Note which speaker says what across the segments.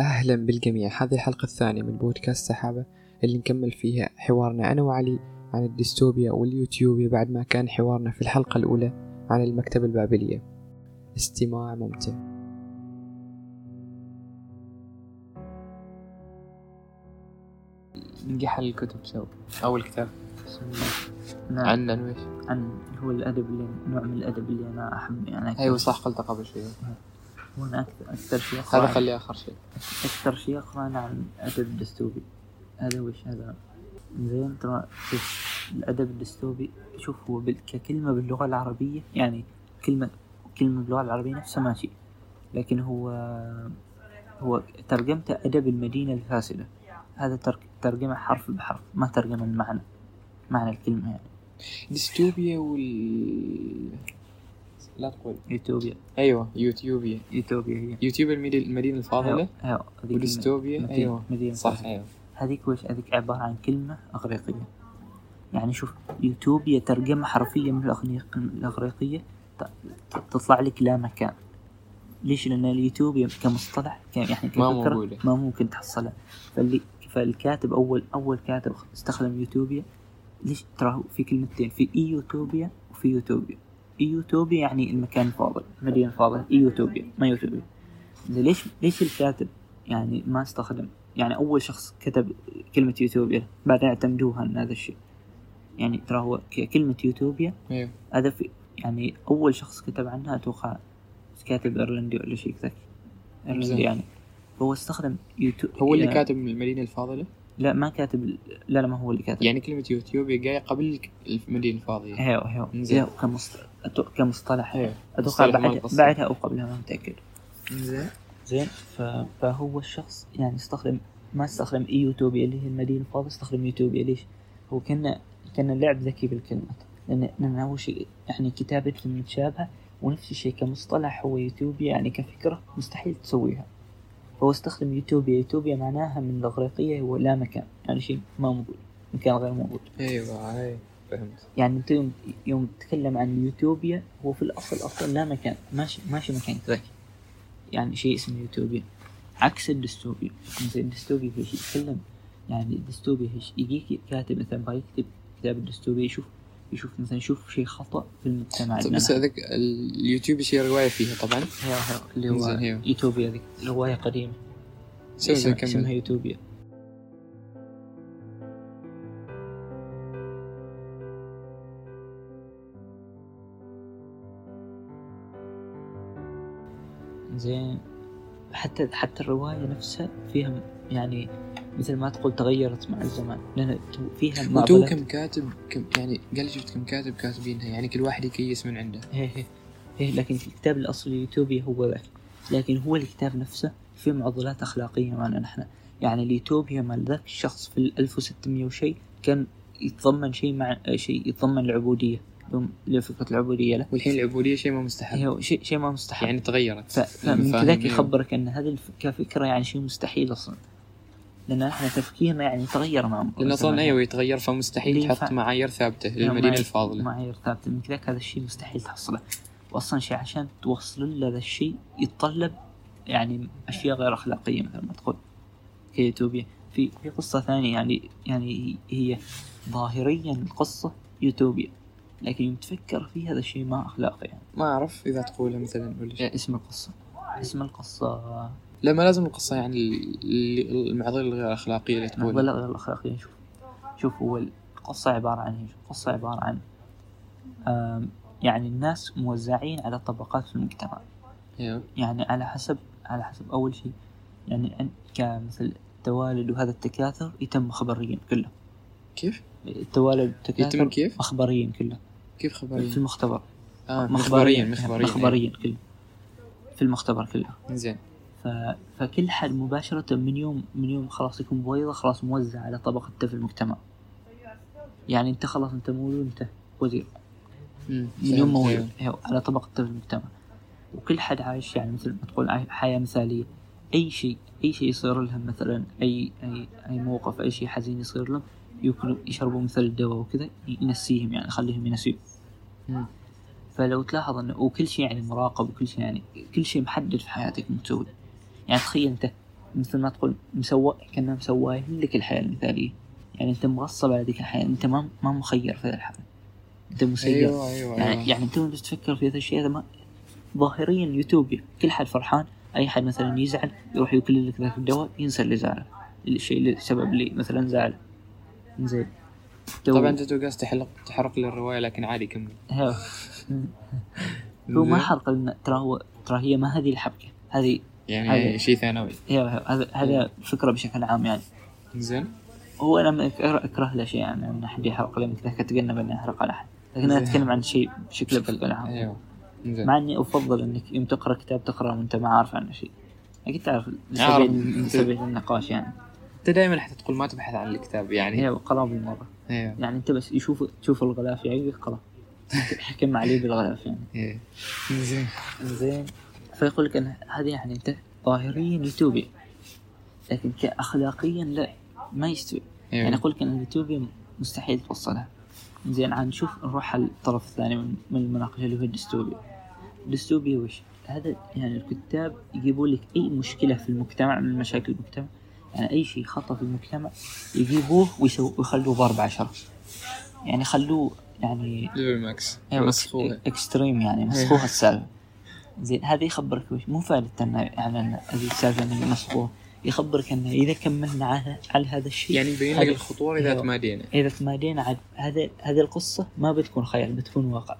Speaker 1: أهلا بالجميع هذه الحلقة الثانية من بودكاست سحابة اللي نكمل فيها حوارنا أنا وعلي عن الديستوبيا واليوتيوبيا بعد ما كان حوارنا في الحلقة الأولى عن المكتبة البابلية استماع ممتع
Speaker 2: نلقى حل الكتب سوا
Speaker 1: أول كتاب
Speaker 2: نعم
Speaker 1: عن ويش
Speaker 2: عن هو الادب اللي نوع من الادب اللي انا احب يعني أكثر
Speaker 1: أيوة صح قلت قبل شوي
Speaker 2: وانا اكثر اكثر شيء اقرا
Speaker 1: هذا
Speaker 2: عن-
Speaker 1: خليه آخر شيء
Speaker 2: اكثر شيء اقرا انا عن الادب الدستوبي هذا وش هذا زين ترى شوف الادب الدستوبي شوف هو بال... ككلمه باللغه العربيه يعني كلمه كلمه باللغه العربيه نفسها ماشي لكن هو هو ترجمته ادب المدينه الفاسده هذا تر... ترجمه حرف بحرف ما ترجمه المعنى معنى الكلمه يعني
Speaker 1: ديستوبيا وال لا تقول
Speaker 2: يوتوبيا
Speaker 1: أيوة يوتيوبيا
Speaker 2: يوتوبيا هي
Speaker 1: يوتيوب المدينة المدينة الفاضلة
Speaker 2: أيوة، هذيك
Speaker 1: وديستوبيا
Speaker 2: المدينة-
Speaker 1: أيوة
Speaker 2: مدينة
Speaker 1: صح أيوة
Speaker 2: هذيك وش هذيك عبارة عن كلمة إغريقية يعني شوف يوتوبيا ترجمة حرفية من الأغنيق- الإغريقية ت- ت- تطلع لك لا مكان ليش؟ لأن اليوتوبيا كمصطلح ك- يعني
Speaker 1: ما
Speaker 2: كفكرة
Speaker 1: موجودة.
Speaker 2: ما ممكن تحصلها فاللي فالكاتب أول أول كاتب استخدم يوتوبيا ليش ترى هو في كلمتين في إيوتوبيا وفي يوتوبيا إيوتوبيا يعني المكان الفاضل المدينة الفاضلة إيوتوبيا ما يوتوبيا زين ليش ليش الكاتب يعني ما استخدم يعني أول شخص كتب كلمة يوتوبيا بعدين اعتمدوها إن هذا الشيء يعني ترى هو ك- كلمة يوتوبيا
Speaker 1: أيوة
Speaker 2: هذا في يعني أول شخص كتب عنها أتوقع كاتب إيرلندي ولا شيء كذا
Speaker 1: زين.
Speaker 2: إيرلندي يعني هو استخدم يوتيوب إيه،
Speaker 1: هو اللي كاتب من المدينة الفاضلة
Speaker 2: لا ما كاتب ال- لا لا ما هو اللي كاتب
Speaker 1: يعني كلمة يوتيوبيا جاية قبل المدينة الفاضية
Speaker 2: هيو هيو
Speaker 1: زين.
Speaker 2: زين كمصطلح كمصطلح
Speaker 1: أيوة
Speaker 2: اتوقع
Speaker 1: مصطلح مال
Speaker 2: بعد
Speaker 1: القصة.
Speaker 2: بعدها او قبلها ما متاكد
Speaker 1: زين
Speaker 2: زين ف... فهو الشخص يعني استخدم ما استخدم اي يوتوبيا اللي هي المدينه الفاضيه استخدم يوتوبيا ليش؟ هو كان كان اللعب ذكي بالكلمات لان لان اول شيء يعني كتابته متشابهه ونفس الشيء كمصطلح هو يوتوبيا يعني كفكره مستحيل تسويها فهو استخدم يوتوبيا يوتوبيا معناها من الاغريقيه هو لا مكان يعني شيء ما موجود مكان غير موجود
Speaker 1: أيوة أي فهمت
Speaker 2: يعني انت يوم, يوم تتكلم عن يوتوبيا هو في الاصل اصلا لا مكان ماشي ماشي مكان كذاك يعني شيء اسمه يوتوبيا عكس الديستوبيا مثلا الديستوبيا هي شيء يتكلم يعني الديستوبيا هي شيء يجيك كاتب مثلا يبغى يكتب كتاب الديستوبيا يشوف يشوف مثلا يشوف شيء خطا في المجتمع
Speaker 1: طيب
Speaker 2: عندنا.
Speaker 1: بس هذاك اليوتيوب يصير رواية فيها طبعا
Speaker 2: هي- هي- اللي
Speaker 1: زين،
Speaker 2: هو
Speaker 1: هي.
Speaker 2: يوتوبيا ذيك روايه قديمه
Speaker 1: سوي زي
Speaker 2: اسمها-
Speaker 1: كمل
Speaker 2: اسمها يوتوبيا زين حتى حتى الرواية نفسها فيها م- يعني مثل ما تقول تغيرت مع الزمان لأن تو- فيها
Speaker 1: وتو
Speaker 2: معضلة
Speaker 1: كم كاتب كم يعني قال شفت كم كاتب كاتبينها يعني كل واحد يكيس من عنده
Speaker 2: هي هي هي إيه، لكن الكتاب الأصلي اليوتوبي هو ذاك لكن هو الكتاب نفسه فيه معضلات أخلاقية معنا نحن يعني اليوتوبيا مال ذاك الشخص في ال 1600 وشيء كان يتضمن شيء مع شيء يتضمن العبودية يوم- لفكرة العبودية له
Speaker 1: والحين العبودية شيء ما مستحب
Speaker 2: هي شيء شيء ما مستحيل
Speaker 1: يعني تغيرت
Speaker 2: أيوة. ف- فمن
Speaker 1: المفاهيم،
Speaker 2: كذاك
Speaker 1: أيوة.
Speaker 2: يخبرك ان هذه الف- كفكره يعني شيء مستحيل اصلا لان احنا تفكيرنا يعني تغير مع
Speaker 1: لأن أصلا
Speaker 2: زمان.
Speaker 1: أيوة يتغير فمستحيل
Speaker 2: اللي
Speaker 1: تحط
Speaker 2: ينفع-
Speaker 1: معايير ثابتة
Speaker 2: يعني
Speaker 1: للمدينة
Speaker 2: معايير-
Speaker 1: الفاضلة
Speaker 2: معايير ثابته من كذاك هذا الشيء مستحيل تحصله واصلا شيء عشان توصل له هذا الشيء يتطلب يعني اشياء غير اخلاقيه مثل ما تقول كيوتوبيا في في قصه ثانيه يعني يعني هي ظاهريا القصه يوتوبيا لكن يوم تفكر فيه هذا الشيء ما اخلاقي يعني.
Speaker 1: ما أعرف إذا تقولها مثلا ولا شيء
Speaker 2: يعني اسم القصه اسم القصه
Speaker 1: لا ما لازم القصة يعني ال- ال- المعضلة الغير أخلاقية اللي تقولها
Speaker 2: ولا غير الاخلاقيه نعم، شوف شوف هو القصه عباره عن ايش؟ القصه عباره عن آم، يعني الناس موزعين على طبقات في المجتمع
Speaker 1: أيوة.
Speaker 2: يعني على حسب على حسب اول شيء يعني عن- كمثل التوالد وهذا التكاثر يتم خبريا كله
Speaker 1: كيف؟
Speaker 2: التوالد والتكاثر
Speaker 1: يتم كيف؟
Speaker 2: مخبريا كله
Speaker 1: كيف
Speaker 2: في
Speaker 1: خبريا؟
Speaker 2: المختبر
Speaker 1: آه مخبريا
Speaker 2: مخبريا
Speaker 1: مخبريا
Speaker 3: أيوة.
Speaker 1: مخبريا
Speaker 2: مخبريا كله في المختبر كله
Speaker 1: زين
Speaker 2: ف... فكل حد مباشرة من يوم من يوم خلاص يكون بويضة خلاص موزع على طبقته في المجتمع يعني انت خلاص انت مولود انت وزير
Speaker 1: مم،
Speaker 2: من يوم
Speaker 1: فهمت،
Speaker 2: مولود
Speaker 1: أيوة.
Speaker 2: أيوة، على طبقته في المجتمع وكل حد عايش يعني مثل ما تقول عاي- حياة مثالية أي شيء أي شيء يصير لهم مثلا أي أي أي موقف أي شيء حزين يصير لهم ياكلوا يشربوا مثل الدواء وكذا ينسيهم يعني خليهم ينسيهم
Speaker 1: مم.
Speaker 2: فلو تلاحظ انه وكل شيء يعني مراقب وكل شيء يعني كل شيء محدد في حياتك مسوي يعني تخيل انت مثل ما تقول مسوى كأنها مسواه لك الحياة المثالية يعني أنت مغصب على ذيك الحياة أنت ما ما مخير في هذه الحياة أنت مسير
Speaker 3: ايوه ايوه
Speaker 2: يعني,
Speaker 3: ايوه
Speaker 2: يعني أنت وأنت تفكر في هذه الأشياء هذا ما ظاهريا يوتوبيا كل حد فرحان أي حد مثلا يزعل يروح ياكل لك ذاك الدواء ينسى اللي زعله الشيء اللي السبب اللي مثلا زعله زين
Speaker 3: طبعا جاتو قاس تحلق تحرق لي الروايه لكن عادي كمل
Speaker 2: هو هو ما
Speaker 3: زين.
Speaker 2: حرق لنا ترى هو ترى هي ما هذه الحبكة هذه
Speaker 3: يعني
Speaker 2: عادي.
Speaker 3: شيء ثانوي
Speaker 2: هي هذا هذا فكرة بشكل عام يعني
Speaker 3: زين
Speaker 2: هو انا ما أك- اكره له شيء يعني ان احد يحرق لي مثل ذاك اتجنب اني احرق على احد لكن انا
Speaker 3: زين.
Speaker 2: اتكلم عن شيء بشكل بشكل
Speaker 1: إيه.
Speaker 2: عام
Speaker 3: ايوه زين
Speaker 2: مع اني افضل انك يوم تقرا كتاب تقراه وانت ما عارف عنه شيء اكيد تعرف
Speaker 3: عارف.
Speaker 2: لسبيل لسبيل النقاش يعني
Speaker 3: انت دائما حتى تقول ما تبحث عن الكتاب يعني
Speaker 2: هي قراه بالمره
Speaker 3: ايوه
Speaker 2: يعني انت بس يشوف تشوف الغلاف يعيق اقرا حكم عليه بالغلاف يعني
Speaker 3: ايوه زين
Speaker 2: زين فيقول لك ان هذه يعني انت ظاهريا يوتيوبي لكن كاخلاقيا لا ما يستوي يعني
Speaker 3: ايوه
Speaker 2: اقول لك ان اليوتيوب مستحيل توصلها زين عاد نشوف نروح على الطرف الثاني من من المناقشه اللي هو الديستوبيا الديستوبيا وش؟ هذا يعني الكتاب يجيبوا لك اي مشكله في المجتمع من مشاكل المجتمع يعني اي شيء خطا في المجتمع يجيبوه ويسو ويخلوه باربع عشرة يعني خلوه يعني
Speaker 3: ليفل ماكس
Speaker 2: يعني
Speaker 3: مسخوره
Speaker 2: اكستريم يعني
Speaker 3: إيه.
Speaker 2: مسخوه السالفه زين هذا يخبرك وش مو فائدة انه يعني إن هذه السالفه انه مسخوه يخبرك انه اذا كملنا على على هذا الشيء
Speaker 3: يعني يبين لك
Speaker 2: هذا-
Speaker 3: الخطوره اذا
Speaker 2: أيوة.
Speaker 3: تمادينا
Speaker 2: اذا تمادينا عاد هذا هذه القصه ما بتكون خيال بتكون واقع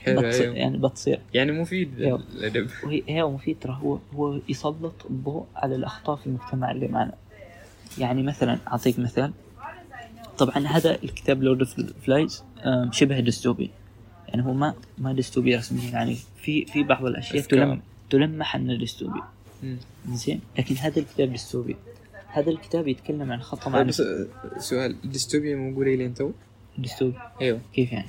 Speaker 3: حلو
Speaker 2: بتصير
Speaker 3: ايوه
Speaker 2: يعني بتصير
Speaker 3: يعني مفيد
Speaker 2: أيوة.
Speaker 3: الادب
Speaker 2: وهي هي مفيد ترى هو هو يسلط الضوء على الاخطاء في المجتمع اللي معنا يعني مثلا اعطيك مثال طبعا هذا الكتاب لورد اوف فلايز شبه ديستوبي يعني هو ما ما ديستوبي رسميا يعني في في بعض الاشياء
Speaker 3: أفكار.
Speaker 2: تلم تلمح انه ديستوبي
Speaker 3: مم.
Speaker 2: زين لكن هذا الكتاب ديستوبي هذا الكتاب يتكلم عن خطا مع
Speaker 3: طيب بس آه، سؤال الديستوبيا موجوده لين تو
Speaker 2: ديستوبي
Speaker 3: ايوه
Speaker 2: كيف يعني؟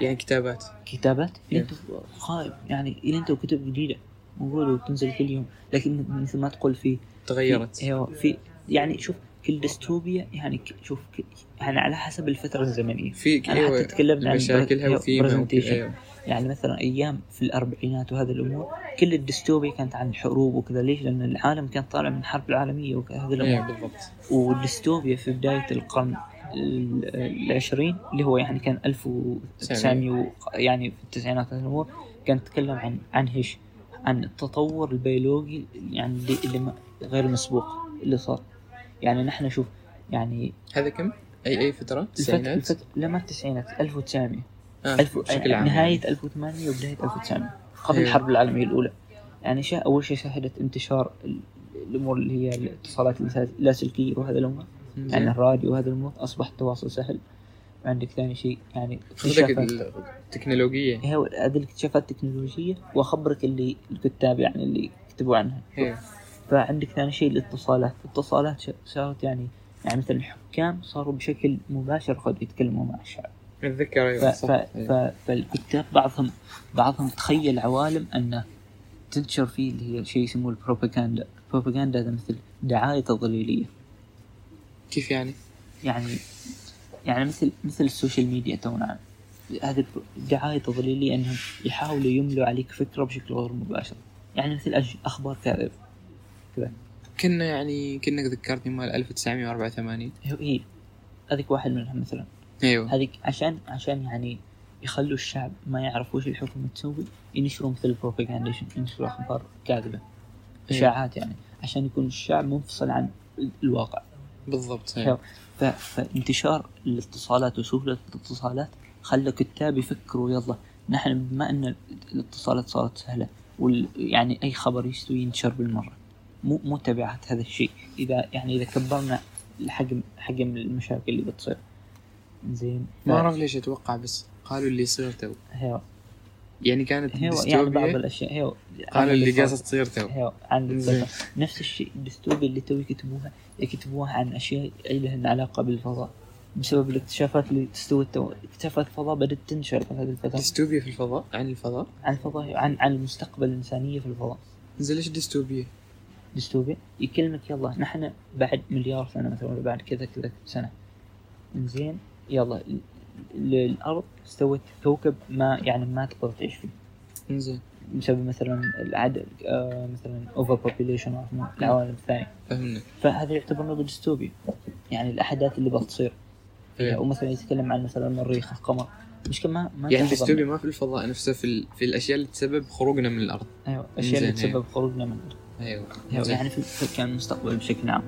Speaker 3: يعني كتابات
Speaker 2: كتابات
Speaker 3: إيه.
Speaker 2: انت خايب يعني الى انت كتب جديده موجوده وتنزل كل يوم لكن مثل ما تقول في
Speaker 3: تغيرت
Speaker 2: ايوه في يعني شوف كل ديستوبيا يعني ك- شوف ك- يعني على حسب الفتره الزمنيه
Speaker 3: في
Speaker 2: يعني حتى
Speaker 3: ايوه
Speaker 2: تكلمنا عن
Speaker 3: مشاكلها
Speaker 2: برز-
Speaker 3: وفيما وك-
Speaker 2: presentation.
Speaker 3: ايوه
Speaker 2: يعني مثلا ايام في الاربعينات وهذه الامور كل الديستوبيا كانت عن الحروب وكذا ليش؟ لان العالم كان طالع من الحرب العالميه وهذه الامور
Speaker 3: ايوه بالضبط
Speaker 2: والديستوبيا في بداية القرن ال- العشرين اللي هو يعني كان 1900 و- يعني في التسعينات هو كان يتكلم عن عن هيش عن التطور البيولوجي يعني اللي, اللي ما- غير مسبوق اللي صار يعني نحن شوف يعني
Speaker 3: هذا كم؟ اي اي فتره؟
Speaker 2: الفترة
Speaker 3: التسعينات؟
Speaker 2: الفترة لما التسعينات 1900
Speaker 3: آه،
Speaker 2: ألف
Speaker 3: بشكل عام يعني.
Speaker 2: نهاية 1800 وبداية 1900 قبل
Speaker 3: أيوة.
Speaker 2: الحرب العالمية الأولى يعني شا أول شيء شهدت انتشار ال- الأمور اللي هي الاتصالات اللاس- اللاسلكية وهذا الأمور يعني
Speaker 3: يعني
Speaker 2: الراديو وهذا الامور اصبح التواصل سهل وعندك ثاني شيء يعني
Speaker 3: خذك
Speaker 2: اكتشافات
Speaker 3: التكنولوجيه
Speaker 2: هي هذه الاكتشافات التكنولوجيه واخبرك اللي الكتاب يعني اللي كتبوا عنها
Speaker 3: ايوه
Speaker 2: فعندك ثاني شيء الاتصالات الاتصالات ش- صارت يعني يعني مثلا الحكام صاروا بشكل مباشر قد يتكلموا مع الشعب
Speaker 3: اتذكر
Speaker 2: ف...
Speaker 3: ايوه
Speaker 2: ف...
Speaker 3: صح
Speaker 2: ف... فالكتاب بعضهم بعضهم تخيل عوالم انه تنتشر فيه اللي هي شيء يسموه البروباغندا البروباغندا هذا مثل دعايه تضليليه
Speaker 3: كيف يعني؟
Speaker 2: يعني يعني مثل مثل السوشيال ميديا تونا هذه الدعاية تضليلية انهم يحاولوا يملوا عليك فكرة بشكل غير مباشر يعني مثل أش- اخبار كاذب
Speaker 3: كنا يعني كانك ذكرتني مال 1984
Speaker 2: هي هذيك واحد منهم مثلا
Speaker 3: ايوه
Speaker 2: هذيك عشان عشان يعني يخلوا الشعب ما يعرف وش الحكومة تسوي ينشروا مثل البروباغندا يش- ينشروا اخبار كاذبة اشاعات يعني عشان يكون الشعب منفصل عن ال- الواقع
Speaker 3: بالضبط إيه.
Speaker 2: حلو. ف- فانتشار الاتصالات وسهولة الاتصالات خلى كتاب يفكروا يلا نحن بما ان الاتصالات صارت سهلة وال يعني اي خبر يستوي ينشر بالمرة مو مو تبعات هذا الشيء اذا يعني اذا كبرنا الحجم حجم المشاكل اللي بتصير زين ف-
Speaker 3: ما اعرف ليش اتوقع بس قالوا اللي يصير تو
Speaker 2: هيو
Speaker 3: يعني كانت
Speaker 2: هيو يعني بعض
Speaker 3: ديستوبيا
Speaker 2: الاشياء هيو
Speaker 3: قالوا اللي إيه.
Speaker 2: صار-
Speaker 3: قاصد تصير تو
Speaker 2: هيو عن
Speaker 3: زين.
Speaker 2: الفضاء نفس الشيء الدستوبيا اللي تو يكتبوها يكتبوها عن اشياء لهن علاقه بالفضاء بسبب الاكتشافات اللي تستوي تو اكتشافات الفضاء بدات تنشر في هذه الفتره
Speaker 3: ديستوبيا في الفضاء عن الفضاء
Speaker 2: عن الفضاء عن عن المستقبل الانسانيه في الفضاء
Speaker 3: زين ليش ديستوبيا؟
Speaker 2: ديستوبيا يكلمك يلا نحن بعد مليار سنه مثلا ولا بعد كذا كذا سنه زين يلا ال- ال- الارض استوت كوكب ما يعني ما تقدر تعيش فيه
Speaker 3: انزين
Speaker 2: بسبب مثلا العدد آه مثلا اوفر بوبيليشن
Speaker 1: نعم.
Speaker 2: العوالم الثانيه
Speaker 1: فهمنا
Speaker 2: فهذا يعتبر نظر ديستوبيا يعني الاحداث اللي بتصير
Speaker 1: إيه.
Speaker 2: او مثلا يتكلم عن مثلا المريخ القمر مش كما ما
Speaker 1: يعني
Speaker 2: تنظم.
Speaker 1: ديستوبيا ما في الفضاء نفسه في, ال... في الاشياء اللي تسبب خروجنا من الارض
Speaker 2: ايوه الاشياء اللي
Speaker 1: إنزين، أيوة.
Speaker 2: تسبب خروجنا من الأرض.
Speaker 1: ايوه
Speaker 2: أيوة،
Speaker 1: زين.
Speaker 2: يعني في- في كان المستقبل بشكل عام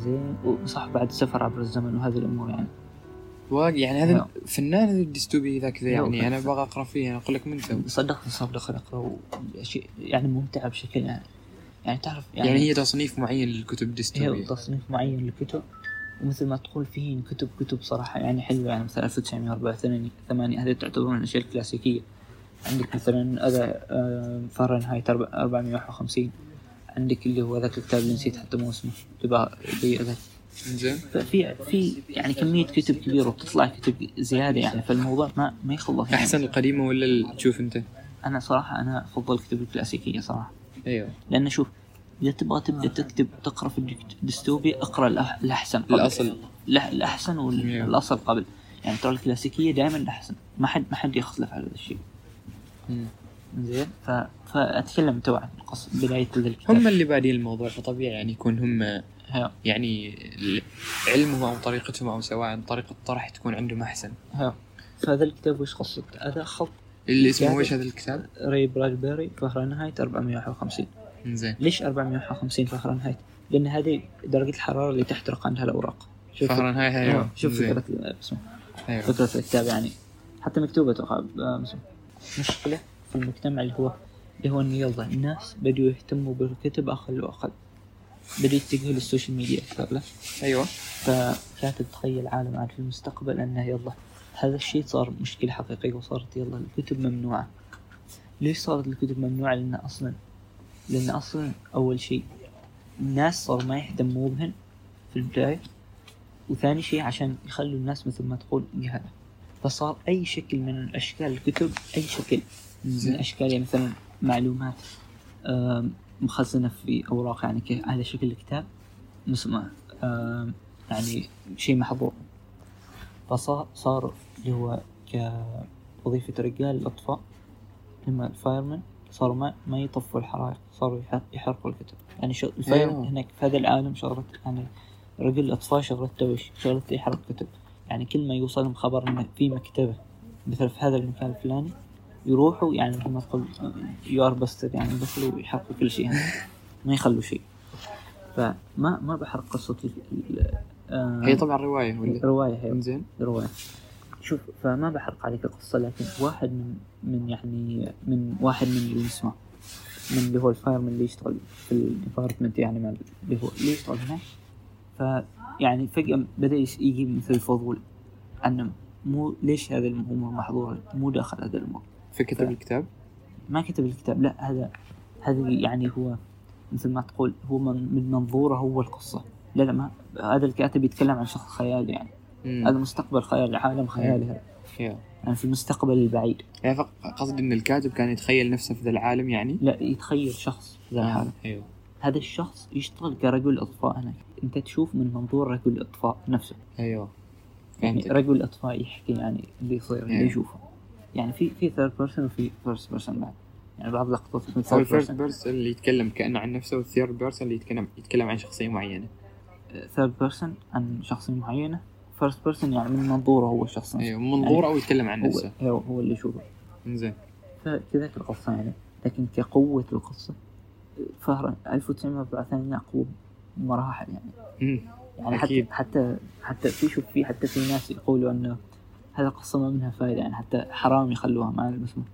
Speaker 2: زين وصح بعد السفر عبر الزمن وهذه الامور يعني
Speaker 1: واقع يعني هذا فنان هذا الديستوبي ذاك ذا
Speaker 2: أيوة،
Speaker 1: يعني انا
Speaker 2: فنان.
Speaker 1: ابغى اقرا فيه انا اقول لك من تو
Speaker 2: صدق صدق خلق شيء يعني ممتعه بشكل يعني يعني أيوة. تعرف
Speaker 1: يعني, هي تصنيف معين للكتب الديستوبية
Speaker 2: هي تصنيف معين للكتب ومثل ما تقول فيه كتب كتب صراحة يعني حلوة يعني مثلا 1984 هذه تعتبر من الأشياء الكلاسيكية عندك مثلا هذا آه، فارنهايت أربع- 451 عندك اللي هو ذاك الكتاب اللي نسيت حتى مو اسمه لبا- لي- ذاك.
Speaker 1: زين
Speaker 2: ففي في يعني كمية كتب كبيرة وبتطلع كتب زيادة يعني فالموضوع ما ما يخلص يعني
Speaker 1: احسن القديمة ولا اللي تشوف انت؟
Speaker 2: أنا صراحة أنا أفضل الكتب الكلاسيكية صراحة
Speaker 1: ايوه
Speaker 2: لان شوف اذا تبغى تبدا تكتب تقرا في الديستوبيا اقرا الأح- الاحسن قبل.
Speaker 1: الاصل
Speaker 2: لا الاحسن
Speaker 1: Yeah.
Speaker 2: والاصل قبل يعني ترى الكلاسيكيه دائما الاحسن ما حد ما حد يخلف على هذا الشيء
Speaker 1: مم.
Speaker 2: زين ف... فاتكلم تو عن قص... بدايه ذا الكتاب
Speaker 1: هم اللي بادين الموضوع فطبيعي يعني يكون هم
Speaker 2: ها-
Speaker 1: يعني ال- علمهم او طريقتهم او سواء طريقة طرح تكون عندهم احسن
Speaker 2: ها. فهذا الكتاب وش قصته؟ هذا خط
Speaker 1: اللي اسمه
Speaker 2: كاتب.
Speaker 1: وش هذا الكتاب؟
Speaker 2: ري برادبيري فهرنهايت 451
Speaker 1: زين
Speaker 2: ليش 451 فهرنهايت؟ لان هذه درجه الحراره اللي تحترق عندها الاوراق شوف أيوة.
Speaker 1: فهرنهايت ايوه
Speaker 2: شوف
Speaker 1: إنزين.
Speaker 2: فكره اسمه
Speaker 1: ايوه
Speaker 2: فكرة الكتاب يعني حتى مكتوبة أتوقع آه، مثلا مشكلة في المجتمع اللي هو اللي هو إنه يلا الناس بدوا يهتموا بالكتب أقل وأقل بدوا يتجهوا للسوشيال ميديا أكثر له
Speaker 1: ايوه
Speaker 2: فكانت تتخيل عالم عاد في المستقبل أنه يلا هذا الشيء صار مشكلة حقيقية وصارت يلا الكتب ممنوعة ليش صارت الكتب ممنوعة لأن أصلا لأن أصلا أول شيء الناس صار ما يهتموا بهن في البداية وثاني شيء عشان يخلوا الناس مثل ما تقول جهلة فصار أي شكل من أشكال الكتب أي شكل من
Speaker 1: زين
Speaker 2: أشكال يعني مثلا معلومات آم، مخزنة في أوراق يعني ك- على شكل كتاب مسمى آم، يعني شيء محظور فصار صار اللي هو كوظيفة رجال الأطفاء لما الفايرمن صاروا ما, ما يطفوا الحرائق صاروا يح- يحرقوا الكتب يعني شو الفاير
Speaker 1: أيوه.
Speaker 2: هناك في هذا العالم شغلة يعني رجل الأطفاء شغلته وش شغلته يحرق كتب يعني كل ما يوصلهم خبر إن في مكتبة مثلا في هذا المكان الفلاني يروحوا يعني مثل ما تقول يو ار بستد يعني يدخلوا يحرقوا كل شيء ما يخلوا شيء فما ما بحرق قصة ال- ال- آه،
Speaker 1: هي طبعا رواية ولا
Speaker 2: رواية هي
Speaker 1: زين
Speaker 2: رواية شوف فما بحرق عليك القصة لكن واحد من من يعني من واحد من اللي يسمع من اللي هو الفايرمن اللي يشتغل في الديبارتمنت يعني مع اللي هو اللي يشتغل هناك ف يعني فجأة بدأ يس- يجي مثل الفضول أنه مو ليش هذه الأمور محظورة مو داخل هذا الأمور
Speaker 1: فكتب الكتاب
Speaker 2: ما كتب الكتاب لا هذا هذا يعني هو مثل ما تقول هو من, من منظوره هو القصة لا لا ما هذا الكاتب يتكلم عن شخص خيالي يعني
Speaker 1: مم.
Speaker 2: هذا مستقبل خيالي عالم خيالي هذا
Speaker 1: يا.
Speaker 2: يعني في المستقبل البعيد
Speaker 1: يعني فق- قصد ان الكاتب كان يتخيل نفسه في ذا العالم يعني
Speaker 2: لا يتخيل شخص في ذا الحالة
Speaker 1: ايوه
Speaker 2: هذا الشخص يشتغل كرجل اطفاء هناك انت تشوف من منظور رجل الاطفاء نفسه
Speaker 1: ايوه
Speaker 2: يعني
Speaker 1: فهمت
Speaker 2: رجل الاطفاء يحكي يعني اللي يصير اللي
Speaker 1: يعني.
Speaker 2: يشوفه يعني في في ثيرد بيرسون وفي فيرست بيرسون بعد يعني بعض لقطات من
Speaker 1: هو
Speaker 2: third
Speaker 1: الفيرست
Speaker 2: person.
Speaker 1: بيرسون اللي يتكلم كانه عن نفسه والثيرد بيرسون اللي يتكلم يتكلم عن شخصيه معينه
Speaker 2: ثيرد بيرسون أه، عن شخصية معينة فيرست بيرسون يعني من منظوره هو الشخص نفسه
Speaker 1: ايوه من منظوره او يتكلم عن
Speaker 2: يعني هو,
Speaker 1: نفسه
Speaker 2: هو, هو اللي يشوفه
Speaker 1: زين
Speaker 2: فكذاك القصة يعني لكن كقوة القصة فهرا 1984 أقوى مراحل يعني يعني حتى
Speaker 1: أكيد.
Speaker 2: حتى حتى في شوف في حتى في ناس يقولوا انه هذا القصة ما منها فائدة يعني حتى حرام يخلوها مع المسمى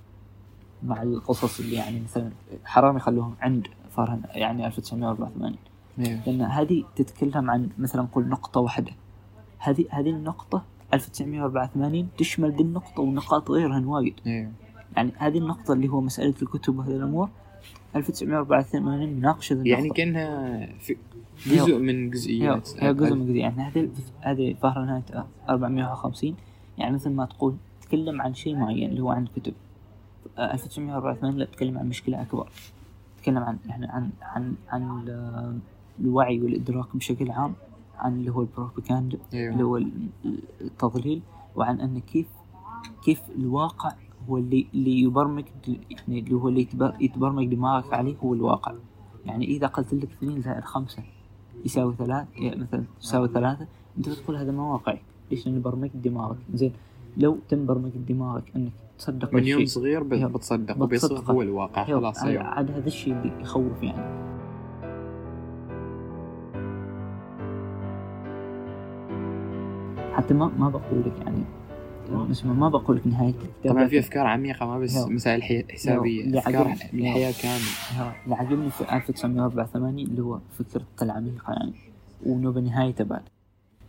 Speaker 2: مع القصص اللي يعني مثلا حرام يخلوهم عند فرهن يعني 1984
Speaker 1: ايوه
Speaker 2: لان هذه تتكلم عن مثلا نقول نقطه واحده هذه هذه النقطه 1984 تشمل ذي النقطه ونقاط غيرها واجد
Speaker 1: ايوه
Speaker 2: يعني هذه النقطه اللي هو مساله الكتب وهذه الامور 1984 مناقشه ذي
Speaker 1: يعني
Speaker 2: النقطة.
Speaker 1: كانها في
Speaker 2: أيوة.
Speaker 1: جزء من
Speaker 2: هي-
Speaker 1: جزئيات
Speaker 2: هي جزء من جزء يعني هذه هذه فهرنهايت 450 يعني مثل ما تقول تتكلم عن شيء معين اللي هو عن الكتب آه، 1984 لا تتكلم عن مشكله اكبر تتكلم عن يعني عن عن عن ال- الوعي والادراك آه، بشكل عام عن اللي هو البروباغندا اللي
Speaker 1: ايوه
Speaker 2: هو ال- التضليل وعن ان كيف كيف الواقع هو اللي اللي يبرمج د- يعني اللي هو اللي يتبر- يتبرمج دماغك عليه هو الواقع يعني اذا قلت لك اثنين زائد خمسة يساوي ثلاث يعني مثلا تساوي ثلاثة انت بتقول هذا ما واقعي ليش لان برمجت دماغك زين لو تم برمج دماغك انك تصدق
Speaker 1: من يوم
Speaker 2: هالشيء.
Speaker 1: صغير بت-
Speaker 2: ايوه.
Speaker 1: بتصدق وبيصير
Speaker 2: بتصدقه.
Speaker 1: هو الواقع
Speaker 2: أيوة،
Speaker 1: خلاص
Speaker 2: عاد-
Speaker 1: ايوه
Speaker 2: عاد هذا الشيء اللي يخوف يعني حتى ما ما بقول لك يعني اسمه ما بقول لك نهايه الكتاب
Speaker 1: طبعا في
Speaker 2: لكن-
Speaker 1: افكار عميقه ما بس
Speaker 2: ايوه.
Speaker 1: مسائل حي- حسابيه
Speaker 2: اللي
Speaker 1: افكار
Speaker 2: عجبني-
Speaker 1: من الحياه كامله
Speaker 2: هو اللي عجبني في 1984 اللي هو فكرة العميقة يعني وانه بنهاية بعد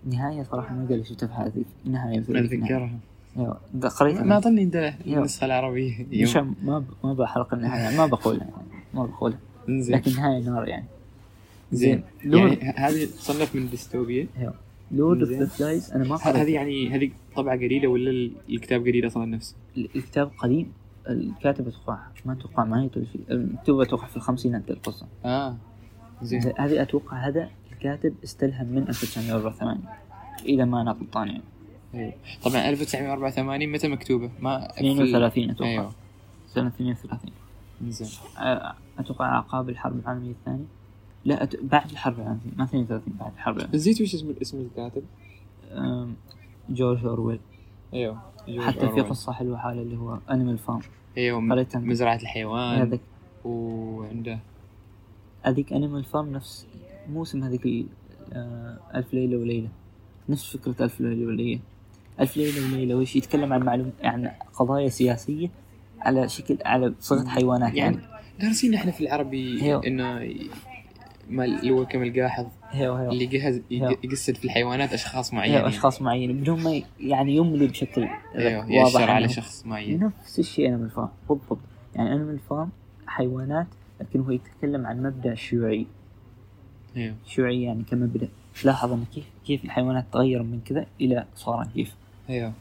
Speaker 2: نهاية صراحة ما قال شفتها في حياتي نهاية في
Speaker 1: انا
Speaker 2: نهاية.
Speaker 1: اتذكرها
Speaker 2: ايوه ده قريتها
Speaker 1: ما اظني انت
Speaker 2: ايوه.
Speaker 1: النسخه العربيه
Speaker 2: مش
Speaker 1: يوم.
Speaker 2: ما ب- ما بحلق النهاية ما بقولها يعني ما بقولها
Speaker 1: انزين
Speaker 2: لكن نهاية نار يعني
Speaker 1: زين
Speaker 2: لو-
Speaker 1: يعني ه- هذه تصنف من الديستوبيا
Speaker 2: لورد اوف
Speaker 1: زين.
Speaker 2: ذا فلايز انا ما
Speaker 1: ه- هذه
Speaker 2: قريت
Speaker 1: يعني هذه طبعه قليله ولا ال- الكتاب قليل اصلا نفسه؟
Speaker 2: الكتاب قديم الكاتب اتوقع ما اتوقع ما يطول فيه المكتوبة اتوقع في الخمسينات القصة
Speaker 1: اه زين
Speaker 2: آه. زين هذه اتوقع هذا الكاتب استلهم من 1984 اذا ما انا غلطان يعني
Speaker 1: طيب. طبعا 1984 متى مكتوبه؟ ما في-
Speaker 2: 32 اتوقع
Speaker 1: ايوه
Speaker 2: سنة 32
Speaker 1: زين
Speaker 2: أ- اتوقع اعقاب الحرب العالمية الثانية لا أت... بعد الحرب العالمية ما 32 بعد الحرب العالمية
Speaker 1: نسيت وش اسم اسم الكاتب؟
Speaker 2: أم، جورج اورويل
Speaker 1: ايوه جورج
Speaker 2: حتى في
Speaker 1: أورويل.
Speaker 2: قصة حلوة حالة اللي هو انيمال فارم
Speaker 1: ايوه م-
Speaker 2: قريتها
Speaker 1: مزرعه الحيوان
Speaker 2: هذاك
Speaker 1: وعنده
Speaker 2: هذيك انيمال فارم نفس موسم هذيك ال- آه، الف ليلة وليلة نفس فكرة الف ليلة وليلة الف ليلة وليلة وش يتكلم عن معلوم عن قضايا سياسية على شكل على صيغة حيوانات
Speaker 1: يعني
Speaker 2: يعني
Speaker 1: دارسين احنا في العربي
Speaker 2: ايوه.
Speaker 1: انه ي- ما اللي هو كم القاحظ
Speaker 2: هيو هيو
Speaker 1: اللي جهز
Speaker 2: ايوه.
Speaker 1: يق- يقصد في الحيوانات اشخاص معينين
Speaker 2: يعني اشخاص معينين بدون ما ي- يعني يملي بشكل
Speaker 1: ايوه
Speaker 2: واضح
Speaker 1: يأشر على
Speaker 2: عنهم.
Speaker 1: شخص معين
Speaker 2: نفس الشيء انا من الفارم بالضبط يعني انا من الفارم حيوانات لكن هو يتكلم عن مبدا شيوعي
Speaker 1: ايوه
Speaker 2: شيوعي يعني كمبدا لاحظ ان كيف كيف الحيوانات تغير من كذا الى صار كيف
Speaker 1: ايوه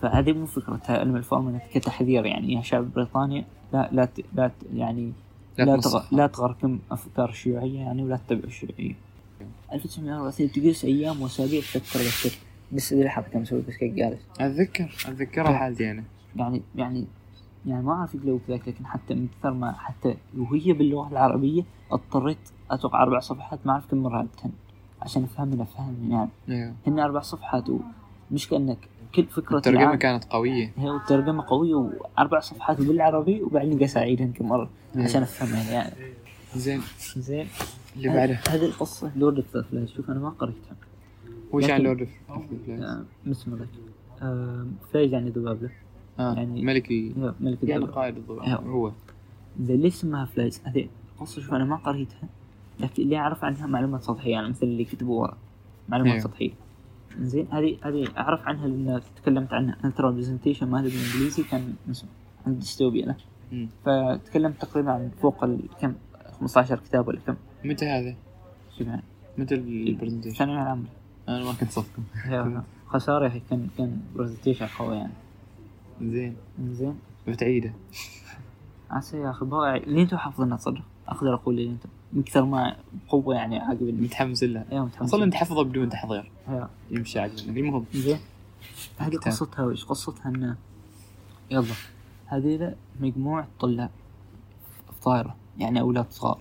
Speaker 2: فهذه مو فكرتها علم الفارم كتحذير يعني يا شعب بريطانيا لا لا ت- لا ت- يعني
Speaker 1: لا
Speaker 2: لا,
Speaker 1: تنصح.
Speaker 2: تغ... لا تغركم افكار شيوعيه يعني ولا تتبع الشيوعيه 1934 تجلس ايام واسابيع تفكر بالشكل بس هذه الحركه مسوي بس كيك جالس
Speaker 1: اتذكر اتذكرها
Speaker 2: طيب.
Speaker 1: حالتي انا
Speaker 2: يعني يعني يعني ما اعرف لو كذاك لكن حتى من كثر ما حتى وهي باللغه العربيه اضطريت اتوقع اربع صفحات ما اعرف كم مره عدتهن عشان افهمها افهم يعني
Speaker 1: ايوه
Speaker 2: هن اربع صفحات ومش كانك كل فكره
Speaker 1: الترجمه
Speaker 2: العام-
Speaker 1: كانت قويه
Speaker 2: هي الترجمه قويه واربع صفحات بالعربي وبعدين قاعد اعيدهن كم مره
Speaker 1: مم.
Speaker 2: عشان افهمها يعني
Speaker 1: زين
Speaker 2: زين
Speaker 1: اللي بعده
Speaker 2: هذه القصه لورد اوف ذا فلاش شوف انا ما قريتها
Speaker 1: وش عن
Speaker 2: لكن-
Speaker 1: لورد اوف- اوف ذا بلايز؟
Speaker 2: آه، اسمه ذاك آه، فلاش يعني ذبابله
Speaker 1: آه،
Speaker 2: يعني-
Speaker 1: ملك ال-
Speaker 2: هي ملك
Speaker 1: يعني
Speaker 2: الذبابله
Speaker 1: قائد الضباب
Speaker 2: ايوه.
Speaker 1: هو
Speaker 2: زي ليش سماها فلايز؟ هذه قصة شوف أنا ما قريتها لكن اللي أعرف عنها معلومات سطحية يعني مثل اللي كتبوا ورا معلومات
Speaker 1: أيوه.
Speaker 2: سطحية زين هذه هذه أعرف عنها لأن تكلمت عنها أنا ترى البرزنتيشن مالي بالإنجليزي كان اسمه عن الديستوبيا له
Speaker 1: مم.
Speaker 2: فتكلمت تقريبا عن فوق ال- كم 15 كتاب ولا كم
Speaker 1: متى هذا؟
Speaker 2: شوف يعني
Speaker 1: متى البرزنتيشن؟
Speaker 2: ثانوي العام
Speaker 1: انا ما كنت صفكم
Speaker 2: أيوه. خسارة يا أخي كان كان برزنتيشن قوي يعني
Speaker 1: زين
Speaker 2: زين
Speaker 1: بتعيده
Speaker 2: عسى يا أخي بقى- لين تو حافظنا تصدق أقدر أقول لين تو من كثر ما قوة يعني عاقب
Speaker 1: متحمس له
Speaker 2: ايوه متحمس
Speaker 1: اصلا انت حفظه بدون تحضير
Speaker 2: ايوه
Speaker 1: يمشي عقلك المهم
Speaker 2: زين هذه
Speaker 1: كتاب.
Speaker 2: قصتها وش قصتها انه يلا هذيلا مجموعة طلاب في طائرة يعني أولاد صغار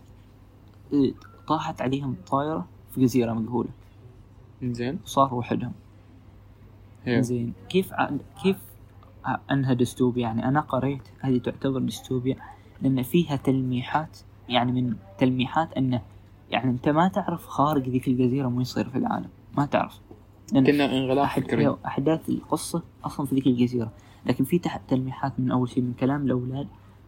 Speaker 2: إيه، طاحت عليهم طائرة في جزيرة مجهولة
Speaker 1: زين
Speaker 2: وصار وحدهم
Speaker 1: ايوه
Speaker 2: زين كيف ع- كيف ع- انها ديستوبيا يعني انا قريت هذه تعتبر ديستوبيا لان فيها تلميحات يعني من تلميحات انه يعني انت ما تعرف خارج ذيك الجزيرة ما يصير في العالم ما تعرف لأن
Speaker 1: كنا انغلاق
Speaker 2: أحد-
Speaker 1: فكري
Speaker 2: أيوة، احداث القصه اصلا في ذيك الجزيره لكن في تحت تلميحات من اول شيء من كلام الاولاد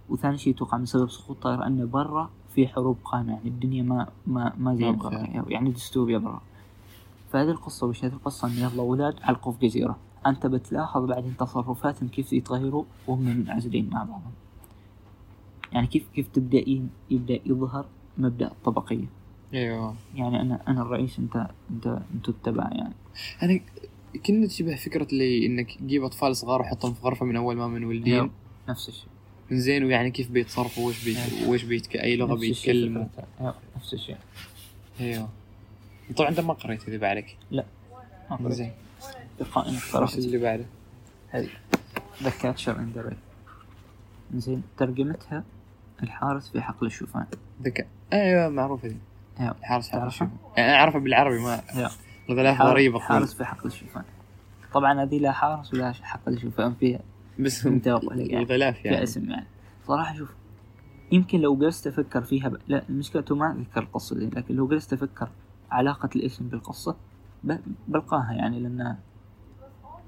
Speaker 2: وثاني شيء توقع من سبب سقوط طائرة انه برا في حروب قائمه يعني الدنيا ما ما ما زي
Speaker 1: ما
Speaker 2: برا
Speaker 1: بخير.
Speaker 2: أيوة، يعني ديستوبيا برا فهذه القصه وش هذه القصه ان يلا اولاد علقوا في جزيره انت بتلاحظ بعدين تصرفاتهم كيف يتغيروا وهم منعزلين مع بعضهم يعني كيف كيف تبدا ي- يبدا يظهر مبدا الطبقيه
Speaker 1: ايوه
Speaker 2: يعني انا انا الرئيس انت انت انتوا التبع يعني
Speaker 1: انا كنا تشبه فكره لي انك تجيب اطفال صغار وحطهم في غرفه من اول ما منولدين
Speaker 2: أيوة، نفس الشيء
Speaker 1: زين ويعني كيف بيتصرفوا وش بي...
Speaker 2: أيوة.
Speaker 1: وش بيتك... اي لغه
Speaker 2: نفس الشيء
Speaker 1: بيتكلموا
Speaker 2: فكرتها. أيوة، نفس الشيء
Speaker 1: ايوه طبعا ده ما قريت اذا عليك
Speaker 2: ما قريت.
Speaker 1: زين
Speaker 2: لقائنا
Speaker 1: ايش
Speaker 2: اقترحت
Speaker 1: اللي بعده؟
Speaker 2: ذا كاتشر ان ذا ري زين ترجمتها الحارس في حقل الشوفان
Speaker 1: ذكاء ايوه معروفه دي
Speaker 2: يا.
Speaker 1: الحارس حارس
Speaker 2: نعم. تعرفها؟
Speaker 1: شوف. يعني انا اعرفها بالعربي ما
Speaker 2: يا.
Speaker 1: غلاف
Speaker 2: حار-
Speaker 1: غريبه
Speaker 2: حارس في حقل الشوفان طبعا هذه لا حارس ولا حقل شوفان فيها
Speaker 1: بس
Speaker 2: متوقع يعني.
Speaker 1: الغلاف
Speaker 2: فيها
Speaker 1: يعني
Speaker 2: اسم يعني صراحه شوف يمكن لو جلست افكر فيها ب... لا مشكلته ما ذكر القصه دي لكن لو جلست افكر علاقه الاسم بالقصه ب... بلقاها يعني لان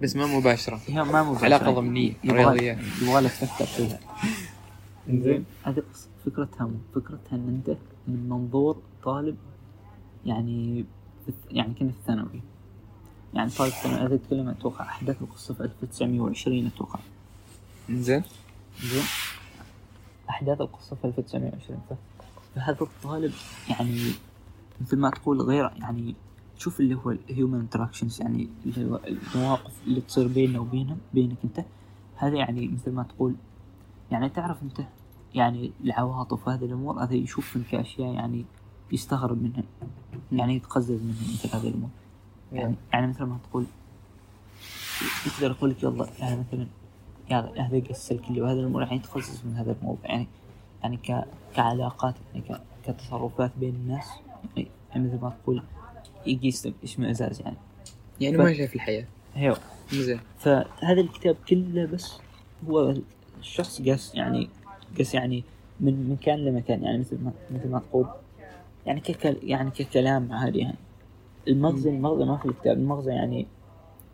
Speaker 1: بس ما مباشره
Speaker 2: هي ما مباشره
Speaker 1: علاقه ضمنيه رياضيه
Speaker 2: يبغى لك تفكر فيها زين هذه قصة- فكرتها فكرتها ان انت من منظور طالب يعني يعني كنا في الثانوي يعني طالب ثانوي هذا يتكلم اتوقع احداث القصه في 1920 اتوقع
Speaker 1: زين
Speaker 2: زين احداث القصه في 1920 ف- فهذا الطالب يعني مثل ما تقول غير يعني تشوف اللي هو الهيومن انتراكشنز يعني اللي هو المواقف اللي تصير بيننا وبينهم بينك انت هذا يعني مثل ما تقول يعني تعرف انت يعني العواطف وهذه الامور هذا يشوفهم كاشياء يعني يستغرب منها يعني يتقزز منها مثل هذه الامور يعني يعني مثل ما تقول يقدر يقول لك يلا يعني مثلا يلا هذا قص الكل وهذا الامور يعني يتخصص من هذا الموضوع يعني يعني ك... كعلاقات يعني ك... كتصرفات بين الناس يعني مثل ما تقول يقيس لك اشمئزاز يعني
Speaker 1: يعني
Speaker 2: ما
Speaker 1: شايف الحياه
Speaker 2: هيو
Speaker 1: زين
Speaker 2: فهذا الكتاب كله بس هو الشخص قاس يعني قاس يعني من مكان لمكان يعني مثل ما مثل ما تقول يعني ككل يعني ككلام عادي يعني المغزى المغزى ما في الكتاب المغزى يعني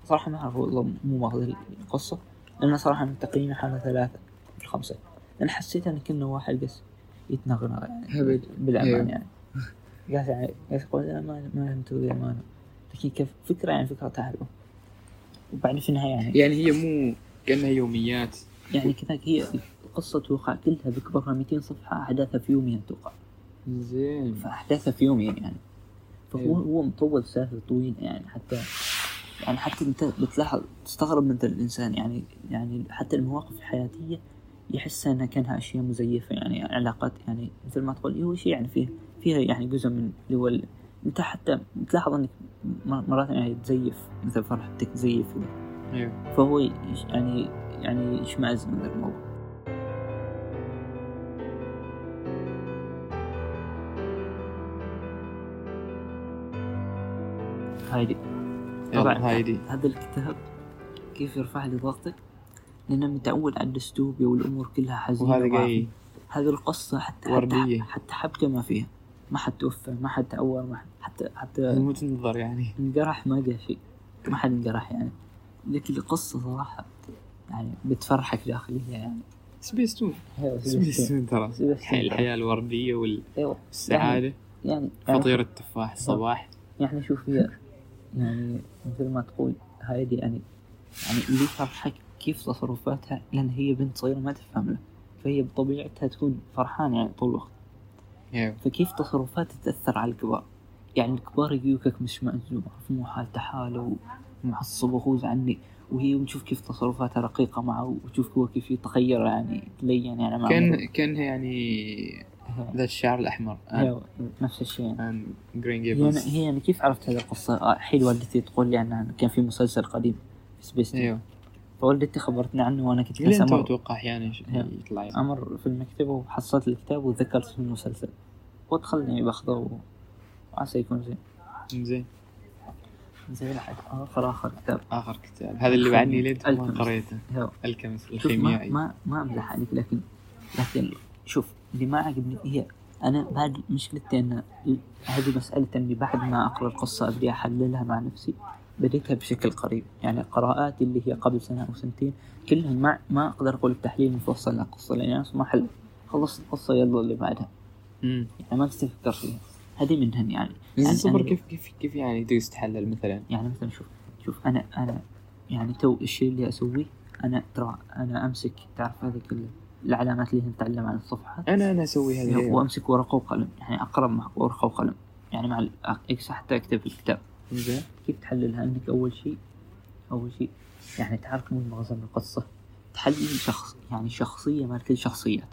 Speaker 2: صراحة ما أعرف والله مو مغزى القصة لأن صراحة من تقييمي حوالي ثلاثة من خمسة لأن حسيت أن كنا واحد قس يتنغنغ يعني
Speaker 1: هبل.
Speaker 2: بالأمان
Speaker 1: أيوه.
Speaker 2: يعني قاس يعني قاس يقول لا ما ما لهم توذي ما أنا. لكن كفكرة يعني فكرة حلوة وبعدين في النهاية يعني
Speaker 1: يعني هي مو كانها يوميات
Speaker 2: يعني كذاك هي القصة توقع كلها بكبرها 200 صفحة أحداثها في يومين توقع
Speaker 1: زين
Speaker 2: فأحداثها في يومين يعني فهو
Speaker 1: أيوة.
Speaker 2: هو مطول سالفة طويلة يعني حتى يعني حتى أنت بتلاحظ تستغرب من ذا الإنسان يعني يعني حتى المواقف الحياتية يحسها أنها كانها أشياء مزيفة يعني علاقات يعني مثل ما تقول هو شيء يعني فيه فيها يعني جزء من اللي هو ال- أنت حتى تلاحظ أنك م- مرات يعني تزيف مثل فرحتك تزيف كذا
Speaker 1: ايوه
Speaker 2: فهو يش- يعني يعني يشمئز من ذا الموضوع هايدي طبعاً.
Speaker 1: يلا هاي دي
Speaker 2: هذا الكتاب كيف يرفع لي ضغطك لأن متعود على الدستوبيا والأمور كلها حزينة
Speaker 1: وهذا
Speaker 2: وما
Speaker 1: جاي
Speaker 2: هذه القصة حتى
Speaker 1: وردية.
Speaker 2: حتى, حتى حبكة ما فيها ما حد توفى ما حد تعور ما حد حتى حتى
Speaker 1: مو تنظر يعني
Speaker 2: انجرح ما جاء شيء ما حد انجرح يعني لكن القصة صراحة يعني بتفرحك داخليا يعني
Speaker 1: سبيس تون سبيس
Speaker 2: سبيستون.
Speaker 1: تون ترى الحياة الوردية
Speaker 2: أيوة.
Speaker 1: والسعادة
Speaker 2: يعني
Speaker 1: فطيرة التفاح الصباح
Speaker 2: يعني شوف هي يعني مثل ما تقول هايدي يعني يعني اللي فرحك كيف تصرفاتها لأن هي بنت صغيرة ما تفهم له فهي بطبيعتها تكون فرحانة يعني طول الوقت
Speaker 1: ايوه
Speaker 2: فكيف تصرفاتها تأثر على الكبار يعني الكبار يجيوكك مش مأزوم مو حالته حاله ومعصب وخوز عني وهي نشوف كيف تصرفاتها رقيقة معه وتشوف هو كيف يتغير يعني تلين يعني مع
Speaker 1: كان كانها يعني ذا الشعر الأحمر
Speaker 2: هي- نفس الشيء يعني.
Speaker 1: أن جرين
Speaker 2: هي أنا,
Speaker 1: جيبلز
Speaker 2: هي أنا كيف عرفت هذه القصة؟ آه، حين والدتي تقول لي عنها كان في مسلسل قديم في سبيس تون.
Speaker 1: ايوه
Speaker 2: فوالدتي خبرتني عنه وأنا كنت
Speaker 1: لين
Speaker 2: لسه
Speaker 1: تو
Speaker 2: أمر,
Speaker 1: أتوقع أحيانا ش-
Speaker 2: هي.
Speaker 1: يطلع يعني.
Speaker 2: أمر في المكتبة وحصلت الكتاب وذكرت في المسلسل ودخلني باخذه و- وعسى يكون زين
Speaker 1: زين
Speaker 2: زين حق آخر آخر كتاب
Speaker 1: آخر كتاب هذا اللي بعدني لين تو ما
Speaker 2: الكيمياء.
Speaker 1: قريته
Speaker 2: هو.
Speaker 1: الكمس
Speaker 2: شوف ما
Speaker 1: الخيميائي
Speaker 2: ما ما امزح عليك لكن لكن شوف اللي ما عجبني هي انا بعد مشكلتي ان هذه مساله اني بعد ما اقرا القصه ابدي احللها مع نفسي بديتها بشكل قريب يعني قراءاتي اللي هي قبل سنه او سنتين كلها ما ما اقدر اقول تحليل مفصل للقصه لان انا ما حل خلصت القصه يلا اللي بعدها
Speaker 1: مم.
Speaker 2: يعني ما تفكر فيها هذه منهن يعني
Speaker 1: زين
Speaker 2: يعني
Speaker 1: صبر
Speaker 2: أنا-
Speaker 1: كيف كيف كيف يعني تجلس تحلل مثلا
Speaker 2: يعني مثلا شوف شوف انا انا يعني تو الشيء اللي اسويه انا ترى انا امسك تعرف هذه كل العلامات اللي هي نتعلم عن الصفحات
Speaker 1: أنا أنا أسوي هذا أيوة.
Speaker 2: وامسك ورقه وقلم يعني اقرا مع ورقه وقلم يعني مع الاكس حتى اكتب الكتاب
Speaker 1: زين
Speaker 2: كيف تحللها انك اول شيء اول شيء يعني تعرف مو المغزى من القصه تحلل شخص يعني شخصيه مال كل شخصيات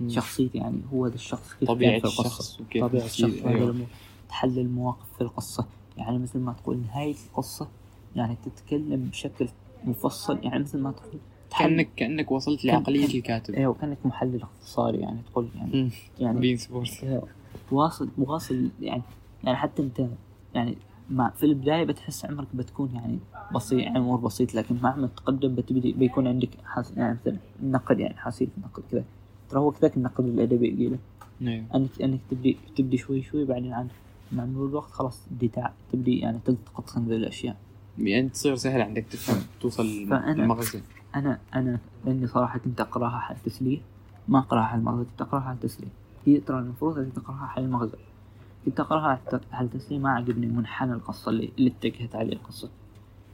Speaker 1: مم.
Speaker 2: شخصيتي يعني هو هذا الشخص كيف كان
Speaker 1: طبيعة
Speaker 2: في القصة.
Speaker 1: الشخص وكيف
Speaker 2: طبيعة
Speaker 1: يصير.
Speaker 2: الشخص وهذا
Speaker 1: أيوة.
Speaker 2: الأمور. تحلل مواقف في القصة يعني مثل ما تقول نهاية القصة يعني تتكلم بشكل مفصل يعني مثل ما تقول
Speaker 1: كانك كانك وصلت
Speaker 2: كان-
Speaker 1: لعقليه
Speaker 2: كان-
Speaker 1: الكاتب
Speaker 2: ايوه كانك محلل اختصاري يعني تقول يعني
Speaker 1: مم.
Speaker 2: يعني
Speaker 1: بين سبورت
Speaker 2: إيه، واصل واصل يعني يعني حتى انت يعني مع في البدايه بتحس عمرك بتكون يعني بسيط يعني امور بسيط لكن مع ما تتقدم بتبدي بيكون عندك حاس يعني مثلا نقد يعني حاسيل في النقد كذا ترى هو كذاك النقد الادبي اللي
Speaker 1: ايوه
Speaker 2: انك انك تبدي تبدي شوي شوي بعدين عن مع مرور الوقت خلاص تبدي تع- تبدي يعني تلتقط هذه الاشياء
Speaker 1: يعني تصير سهل عندك تفهم توصل
Speaker 2: فأنا-
Speaker 1: للمغزى
Speaker 2: انا انا لاني صراحه كنت اقراها حال تسليه ما اقراها حال المغزى كنت اقراها حال تسليه هي ترى المفروض انك تقراها حال المغزى كنت اقراها حال تسليه ما عجبني منحنى القصه اللي, اللي اتجهت عليه القصه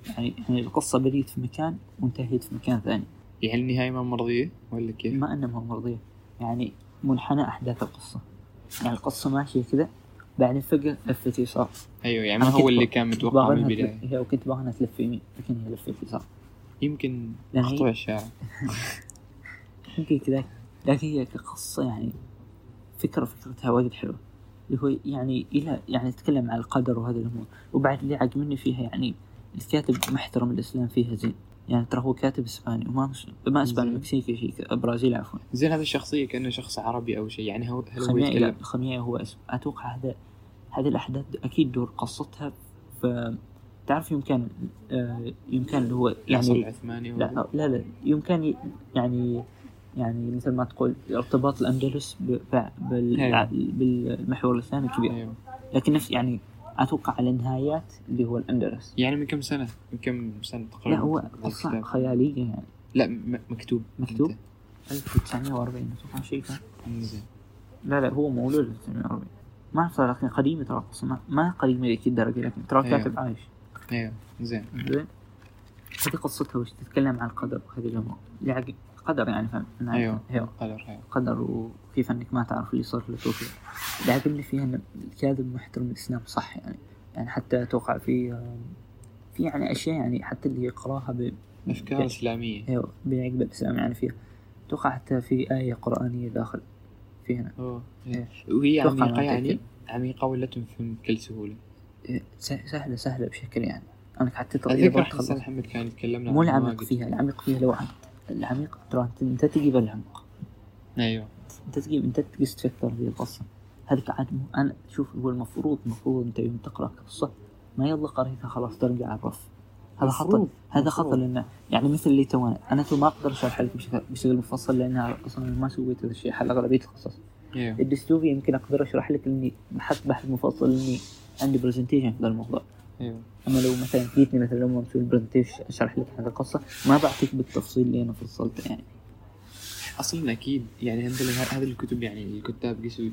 Speaker 2: يعني يعني القصه بديت في مكان وانتهيت في مكان ثاني
Speaker 1: يعني النهايه ما مرضيه ولا كيف؟
Speaker 2: ما انها مرضيه يعني منحنى احداث القصه يعني القصه ماشيه كذا بعدين فجاه لفت يسار
Speaker 1: ايوه يعني ما
Speaker 2: أنا
Speaker 1: هو
Speaker 2: كنت
Speaker 1: اللي
Speaker 2: ب-
Speaker 1: كان متوقع من
Speaker 2: باغنها
Speaker 1: البدايه
Speaker 2: تلف- هي وكنت باغنها تلف يمين لكن هي لفت يسار
Speaker 1: يمكن
Speaker 2: لأن هي-
Speaker 1: خطوه الشاعر
Speaker 2: ممكن كذا لكن هي كقصة يعني فكرة فكرتها واجد حلوة اللي هو يعني إلى يعني تتكلم عن القدر وهذه الأمور وبعد اللي عجبني فيها يعني الكاتب محترم الإسلام فيها زين يعني ترى هو كاتب إسباني وما مسلم ما إسباني
Speaker 1: زين.
Speaker 2: مكسيكي شيء برازيلي عفوا
Speaker 1: زين هذا الشخصيه كانه شخص عربي او شيء يعني هو هل هو
Speaker 2: خميائي لا
Speaker 1: يتكلم
Speaker 2: خميائي هو اسم أتوقع هذا هذه الأحداث أكيد دور قصتها ف تعرف يمكن آه، يمكن اللي هو
Speaker 1: العصر
Speaker 2: يعني
Speaker 1: العثماني ولا-
Speaker 2: لا لا لا يمكن ي- يعني يعني مثل ما تقول ارتباط الاندلس ب- ب-
Speaker 1: أيوة.
Speaker 2: بال بالمحور الاسلامي كبير
Speaker 1: أيوة.
Speaker 2: لكن نفس يعني اتوقع على نهايات اللي هو الاندلس
Speaker 1: يعني من كم سنه؟ من كم سنه تقريبا؟
Speaker 2: لا هو
Speaker 1: الكتاب؟
Speaker 2: اصلا خياليه يعني
Speaker 1: لا م- مكتوب
Speaker 2: مكتوب؟
Speaker 1: أنت.
Speaker 2: 1940 اتوقع شيء كان
Speaker 1: زين
Speaker 2: لا لا هو مولود 1940 ما اعرف صراحة، لكن قديمه ترى القصه ما- ما قديمه ذيك الدرجه لكن ترى
Speaker 1: أيوة.
Speaker 2: كاتب عايش
Speaker 1: ايوه زين
Speaker 2: زين هذه قصتها وش تتكلم عن القدر وهذه الامور اللي عقب- قدر يعني فاهم
Speaker 1: ايوه
Speaker 2: ايوه
Speaker 1: قدر ايوه
Speaker 2: قدر وكيف انك ما تعرف اللي صار لك وكذا اللي عجبني فيها ان الكاذب محترم الاسلام صح يعني يعني حتى اتوقع في في يعني اشياء يعني حتى اللي يقراها ب
Speaker 1: افكار اسلاميه
Speaker 2: ايوه بعقب الاسلام يعني فيها اتوقع حتى في ايه قرانيه داخل في هنا
Speaker 1: أوه.
Speaker 2: إيه.
Speaker 1: وهي
Speaker 2: أتوقع ما
Speaker 1: عميقه يعني
Speaker 2: أتأكد.
Speaker 1: عميقه ولا تنفهم بكل سهوله؟
Speaker 2: إيه، س- سهله سهله بشكل يعني انك حتى تقرا إذا
Speaker 1: اتذكر
Speaker 2: ما
Speaker 1: حسن
Speaker 2: تخلص
Speaker 1: محمد كان يتكلمنا
Speaker 2: مو
Speaker 1: عن
Speaker 2: العميق
Speaker 1: المواقف.
Speaker 2: فيها العميق فيها لو عميق العميق ترى أنت- انت تجيب العمق
Speaker 1: ايوه
Speaker 2: انت تجيب انت تجلس تفكر في القصه هذيك عاد مو- انا شوف هو المفروض المفروض انت يوم تقرا قصه ما يلا قريتها خلاص ترجع على الرف هذا خطا
Speaker 1: مفروض،
Speaker 2: هذا
Speaker 1: مفروض.
Speaker 2: خطا لانه يعني مثل اللي تونا انا تو ما اقدر اشرح لك بشكل- بشكل مفصل لانها اصلا ما سويت هذا الشيء على اغلبيه القصص
Speaker 1: ايوه
Speaker 2: الدستوفيا يمكن اقدر اشرح لك اني بحث بحث مفصل اني عندي برزنتيشن في هذا الموضوع
Speaker 1: ايوع.
Speaker 2: اما لو مثلا جيتني مثلا لما مسوي البرزنتيشن اشرح لك هذا القصه ما بعطيك بالتفصيل اللي انا فصلته يعني
Speaker 1: اصلا اكيد يعني الحمد لله هذه الكتب يعني الكتاب قسوا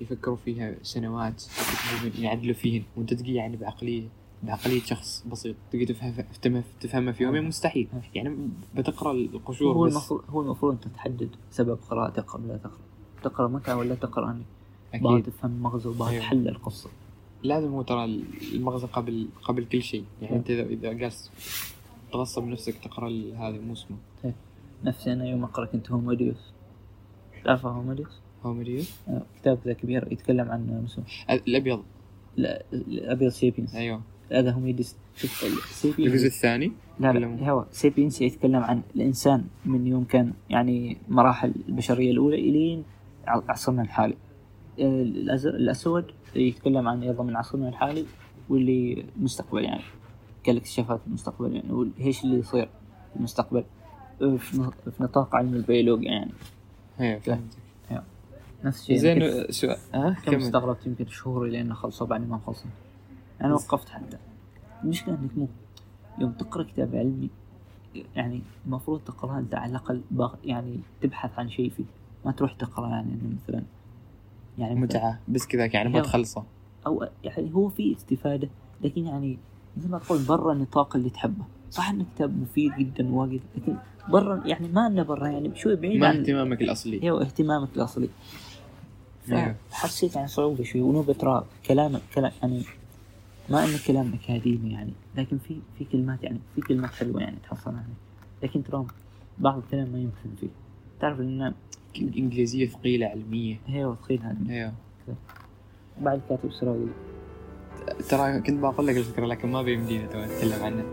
Speaker 1: يفكروا فيها سنوات يكتبون- يعدلوا فيهن وانت تجي يعني بعقليه بعقليه شخص بسيط تجي تفهم تفهمها تفهمها في يومين مستحيل يعني بتقرا
Speaker 2: هو
Speaker 1: القشور بس
Speaker 2: المفروض هو المفروض انت تحدد سبب قراءتك قبل لا تقرا تقرا متى ولا تقرا انك باغي
Speaker 1: اكيد
Speaker 2: تفهم المغزى وباغي
Speaker 1: أيوة.
Speaker 2: تحلل القصه
Speaker 1: لازم هو ترى المغزى قبل قبل كل شيء يعني
Speaker 2: إيه.
Speaker 1: انت اذا اذا جالس تغصب نفسك تقرا ال- هذا مو اسمه
Speaker 2: نفسي انا يوم اقرا كنت هوموديوس تعرف هوموديوس؟
Speaker 1: هوميريوس
Speaker 2: آه، كتاب ذا كبير يتكلم عن مسلم
Speaker 1: الابيض
Speaker 2: لا الابيض سيبينز
Speaker 1: ايوه
Speaker 2: هذا هوميدس شوف ال-
Speaker 1: الجزء
Speaker 2: سيبينز
Speaker 1: الثاني
Speaker 2: لا
Speaker 1: ولا-
Speaker 2: لا هو سيبينز يتكلم عن الانسان من يوم كان يعني مراحل البشريه الاولى الين ع- عصرنا الحالي آه، الأز- الاسود يتكلم عن ايضا من عصرنا الحالي واللي مستقبل يعني كالاكتشافات المستقبل يعني وايش اللي يصير في المستقبل آه، في ن- في نطاق علم البيولوجيا يعني
Speaker 1: ايوه فهمتك
Speaker 2: نفس الشيء يعني كيف-
Speaker 1: زين سؤال ها
Speaker 2: كم
Speaker 1: كمل
Speaker 2: استغربت يمكن شهور لين خلصوا بعد ما خلصوا انا وقفت حتى المشكله انك مو يوم تقرا كتاب علمي يعني المفروض تقراه انت على الاقل بغ... يعني تبحث عن شيء فيه ما تروح تقرا يعني إنه مثلا يعني مثلاً-
Speaker 1: متعة بس كذاك يعني ما
Speaker 2: أيوة.
Speaker 1: تخلصه
Speaker 2: او يعني هو في استفاده لكن يعني مثل ما تقول برا النطاق اللي تحبه صح انه كتاب مفيد جدا واجد لكن برا يعني ما انه برا يعني شوي بعيد
Speaker 1: ما
Speaker 2: عن
Speaker 1: اهتمامك الاصلي
Speaker 2: هو اهتمامك الاصلي
Speaker 1: أيوه.
Speaker 2: فحسيت عن صعوبة شوي ونوبة ترى كلام كلام يعني ما انه كلام اكاديمي يعني لكن في في كلمات يعني في كلمات حلوة يعني تحصل عليها لكن ترى بعض الكلام ما يمكن فيه تعرف ان
Speaker 1: انجليزية ثقيلة علمية إيه.
Speaker 2: هي وثقيل هذا
Speaker 1: ايوه
Speaker 2: بعد كاتب سراوي
Speaker 1: ترى كنت بقول لك الفكرة لكن ما بيمدينا تو نتكلم عنها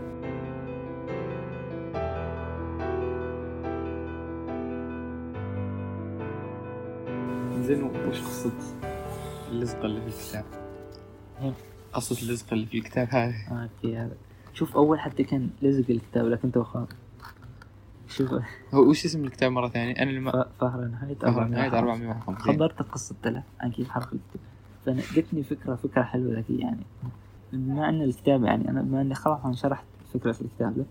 Speaker 1: زين وش قصة اللزقة اللي في الكتاب؟
Speaker 2: هم.
Speaker 1: قصة اللزقة اللي في الكتاب هذه
Speaker 2: اوكي آه، هذا شوف اول حتى كان لزق الكتاب لكن تو خاف شوف
Speaker 1: هو وش اسم الكتاب مرة ثانية؟ أنا لما
Speaker 2: فهرنهايت
Speaker 1: فهرنهايت 451
Speaker 2: خبرتك قصة تلف عن كيف حرق الكتاب فأنا جتني فكرة فكرة حلوة ذكية يعني بما أن الكتاب يعني أنا بما أني خلاص أنا شرحت فكرة الكتاب ده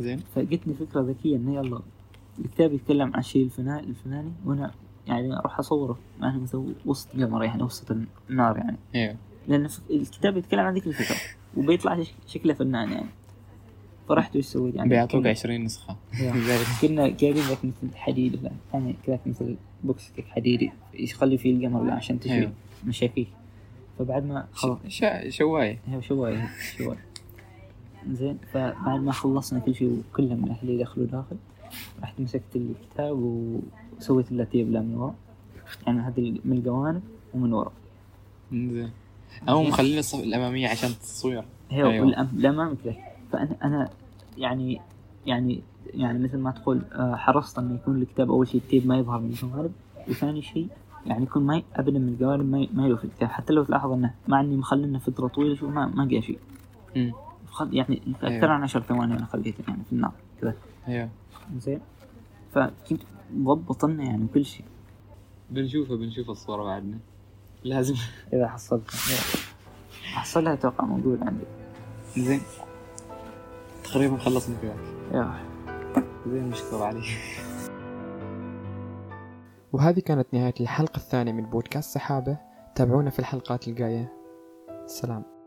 Speaker 1: زين
Speaker 2: فجتني فكرة ذكية إن يلا الكتاب يتكلم عن شيء الفلاني الفلاني وأنا يعني أروح أصوره مع أنه مثل وسط قمر يعني وسط النار يعني
Speaker 1: ايوه
Speaker 2: لأن فك- الكتاب يتكلم عن ذيك الفكرة وبيطلع ش- شكله فنان يعني فرحت وش سويت يعني
Speaker 1: بيعطوك
Speaker 2: كنا-
Speaker 1: 20 نسخة
Speaker 2: يا. يعني كنا جايبين لك مثل حديد لا، يعني كذاك مثل بوكس كيك حديدي يخلي فيه القمر لا، عشان تشوي
Speaker 1: ايوه
Speaker 2: مشاكيك فبعد ما أيوه. خلاص
Speaker 1: شا- شواية
Speaker 2: هي شوي شوي زين فبعد ما خلصنا كل شيء وكلنا من اهلي دخلوا داخل رحت مسكت الكتاب وسويت له تيبله من ورا يعني هذه من الجوانب ومن ورا
Speaker 1: زين او مخلين الصف الاماميه عشان التصوير
Speaker 2: هي
Speaker 1: أيوة.
Speaker 2: أيوة. الامام كذا فانا انا يعني يعني يعني مثل ما تقول آه، حرصت انه يكون الكتاب اول شيء التيب ما يظهر من الجوانب وثاني شيء يعني يكون ما ي- ابدا من الجوانب ما ي- ما يلوف الكتاب حتى لو تلاحظ انه مع اني مخلينه فتره طويله شو ما ما جاء شيء
Speaker 1: مم.
Speaker 2: خل- يعني اكثر
Speaker 1: أيوة.
Speaker 2: عن 10 ثواني انا خليته يعني في النار كذا
Speaker 1: ايوه
Speaker 2: زين فكنت مضبط لنا يعني كل شيء
Speaker 1: بنشوفه بنشوف الصوره بعدنا لازم
Speaker 2: اذا حصلتها حصلها اتوقع موجود عندي
Speaker 1: زين تقريبا خلصنا كذاك
Speaker 2: يا
Speaker 1: زين مشكور عليك
Speaker 3: وهذه كانت نهاية الحلقة الثانية من بودكاست سحابة تابعونا في الحلقات الجاية سلام